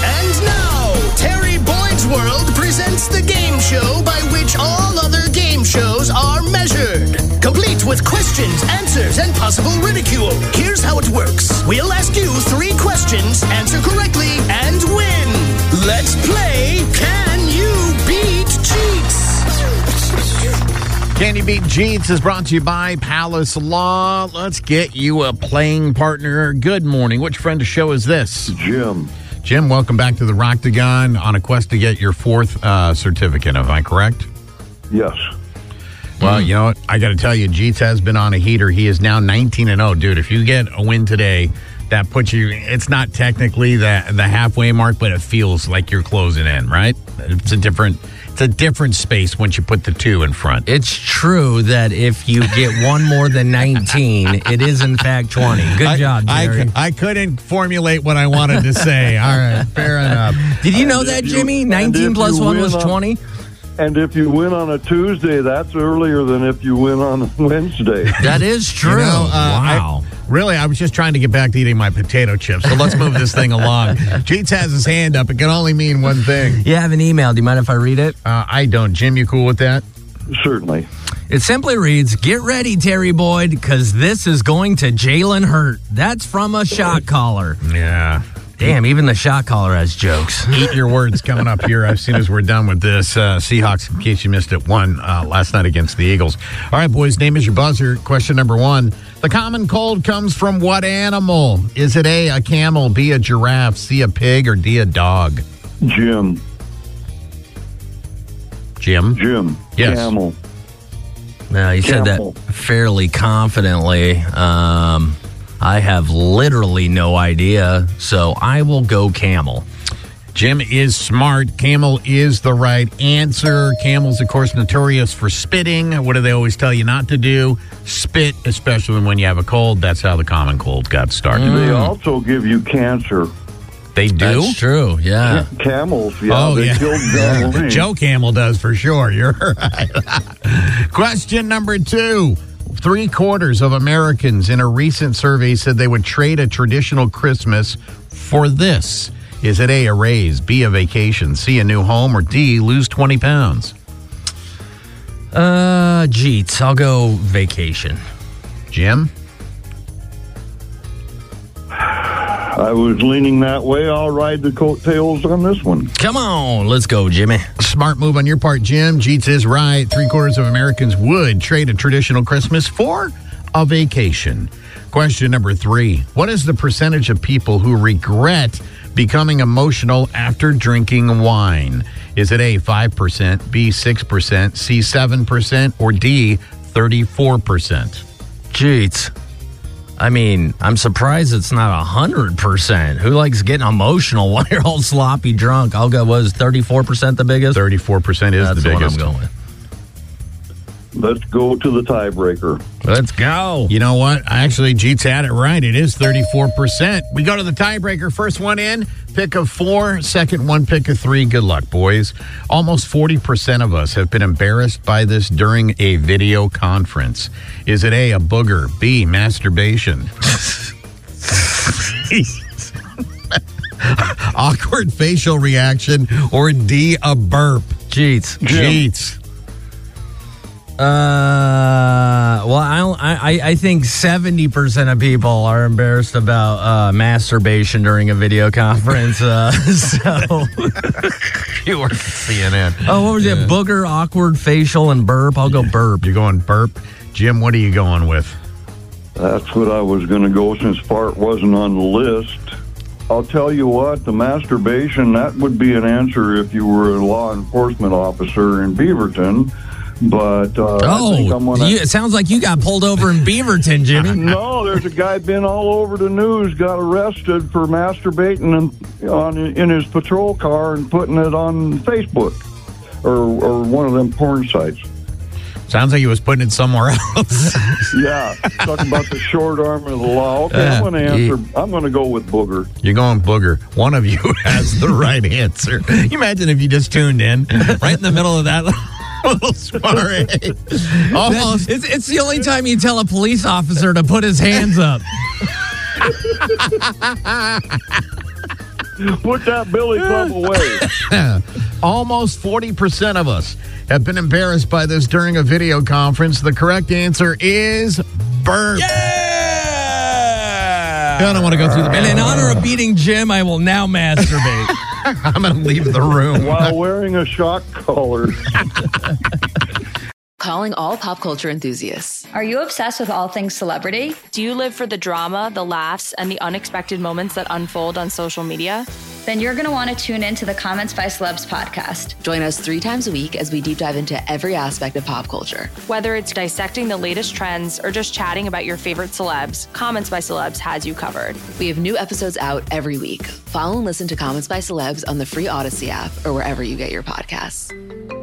And now, Terry Boyd's World presents the game show by which all other game shows are measured. Complete with questions, answers, and possible ridicule. Here's how it works We'll ask you three questions, answer correctly, and win. Let's play Can You Beat Cheats? Candy Beat Jeets is brought to you by Palace Law. Let's get you a playing partner. Good morning. Which friend of show is this? Jim. Jim, welcome back to the Roctagon on a quest to get your fourth uh, certificate. Am I correct? Yes. Well, you know what? I got to tell you, Jeets has been on a heater. He is now 19 and 0. Dude, if you get a win today, that puts you, it's not technically the, the halfway mark, but it feels like you're closing in, right? It's a different. It's a different space once you put the two in front. It's true that if you get one more than 19, it is in fact 20. Good I- job, I, Jerry. cou- I couldn't formulate what I wanted to say. All right, fair enough. Did you know that, if you- Jimmy? and 19 if plus you 1 win was on- 20? And if you win on a Tuesday, that's earlier than if you win on Wednesday. That is true. You know, uh, I- wow. really, I was just trying to get back to eating my potato chips. So let's move this thing along. Jeets has his hand up. It can only mean one thing. you have an email. Do you mind if I read it? Uh, I don't. Jim, you cool with that? Certainly. It simply reads Get ready, Terry Boyd, because this is going to Jalen Hurt. That's from a shot caller. Yeah. Damn, even the shot caller has jokes. Eat your words coming up here as soon as we're done with this. Uh, Seahawks, in case you missed it, won uh, last night against the Eagles. All right, boys, name is your buzzer. Question number one The common cold comes from what animal? Is it A, a camel, B, a giraffe, C, a pig, or D, a dog? Jim. Jim? Jim. Yes. Camel. No, you said Careful. that fairly confidently. Um, I have literally no idea, so I will go camel. Jim is smart. Camel is the right answer. Camels, of course, notorious for spitting. What do they always tell you not to do? Spit, especially when you have a cold. That's how the common cold got started. They also give you cancer. They do? That's true. Yeah. Camels, yeah. they killed John Wayne. Joe Camel does for sure. You're right. Question number two. Three quarters of Americans in a recent survey said they would trade a traditional Christmas for this. Is it A, a raise, B, a vacation, C, a new home, or D, lose 20 pounds? Uh, Jeets, I'll go vacation. Jim? I was leaning that way. I'll ride the coattails on this one. Come on, let's go, Jimmy. Smart move on your part, Jim. Jeets is right. Three quarters of Americans would trade a traditional Christmas for a vacation. Question number three What is the percentage of people who regret becoming emotional after drinking wine? Is it A, 5%, B, 6%, C, 7%, or D, 34%? Jeets. I mean, I'm surprised it's not 100%. Who likes getting emotional when you're all sloppy drunk? I'll go, was 34% the biggest? 34% is That's the the one I'm biggest. going with. Let's go to the tiebreaker. Let's go. You know what? Actually, Jeets had it right. It is 34%. We go to the tiebreaker. First one in, pick of four. Second one, pick of three. Good luck, boys. Almost 40% of us have been embarrassed by this during a video conference. Is it A, a booger, B, masturbation? Awkward facial reaction, or D, a burp? Jeets. Jeets. Uh, well, I don't- I I- I think seventy percent of people are embarrassed about uh, masturbation during a video conference. Uh, so, You were CNN. oh, what was it? Booger, awkward facial, and burp. I'll go burp. You're going burp. Jim, what are you going with? That's what I was going to go since fart wasn't on the list. I'll tell you what, the masturbation, that would be an answer if you were a law enforcement officer in Beaverton. But uh, I think I'm Oh, gonna. you, it sounds like you got pulled over in Beaverton, Jimmy. No, there's a guy been all over the news, got arrested for masturbating in, on in his patrol car and putting it on Facebook or, or one of them porn sites. Sounds like he was putting it somewhere else. Yeah, talking about the short arm of the law. Okay, I'm going to answer. I'm going to go with booger. You're going booger. One of you has the right answer. You imagine if you just tuned in right in the middle of that little soiree. Almost. It's, it's the only time you tell a police officer to put his hands up. Put that Billy Club away. Almost 40% of us have been embarrassed by this during a video conference. The correct answer is burp. I don't want to go through the And in honor of beating Jim, I will now masturbate. I'm going to leave the room. while wearing a shock collar. Calling all pop culture enthusiasts. Are you obsessed with all things celebrity? Do you live for the drama, the laughs, and the unexpected moments that unfold on social media? Then you're going to want to tune in to the Comments by Celebs podcast. Join us three times a week as we deep dive into every aspect of pop culture. Whether it's dissecting the latest trends or just chatting about your favorite celebs, Comments by Celebs has you covered. We have new episodes out every week. Follow and listen to Comments by Celebs on the free Odyssey app or wherever you get your podcasts.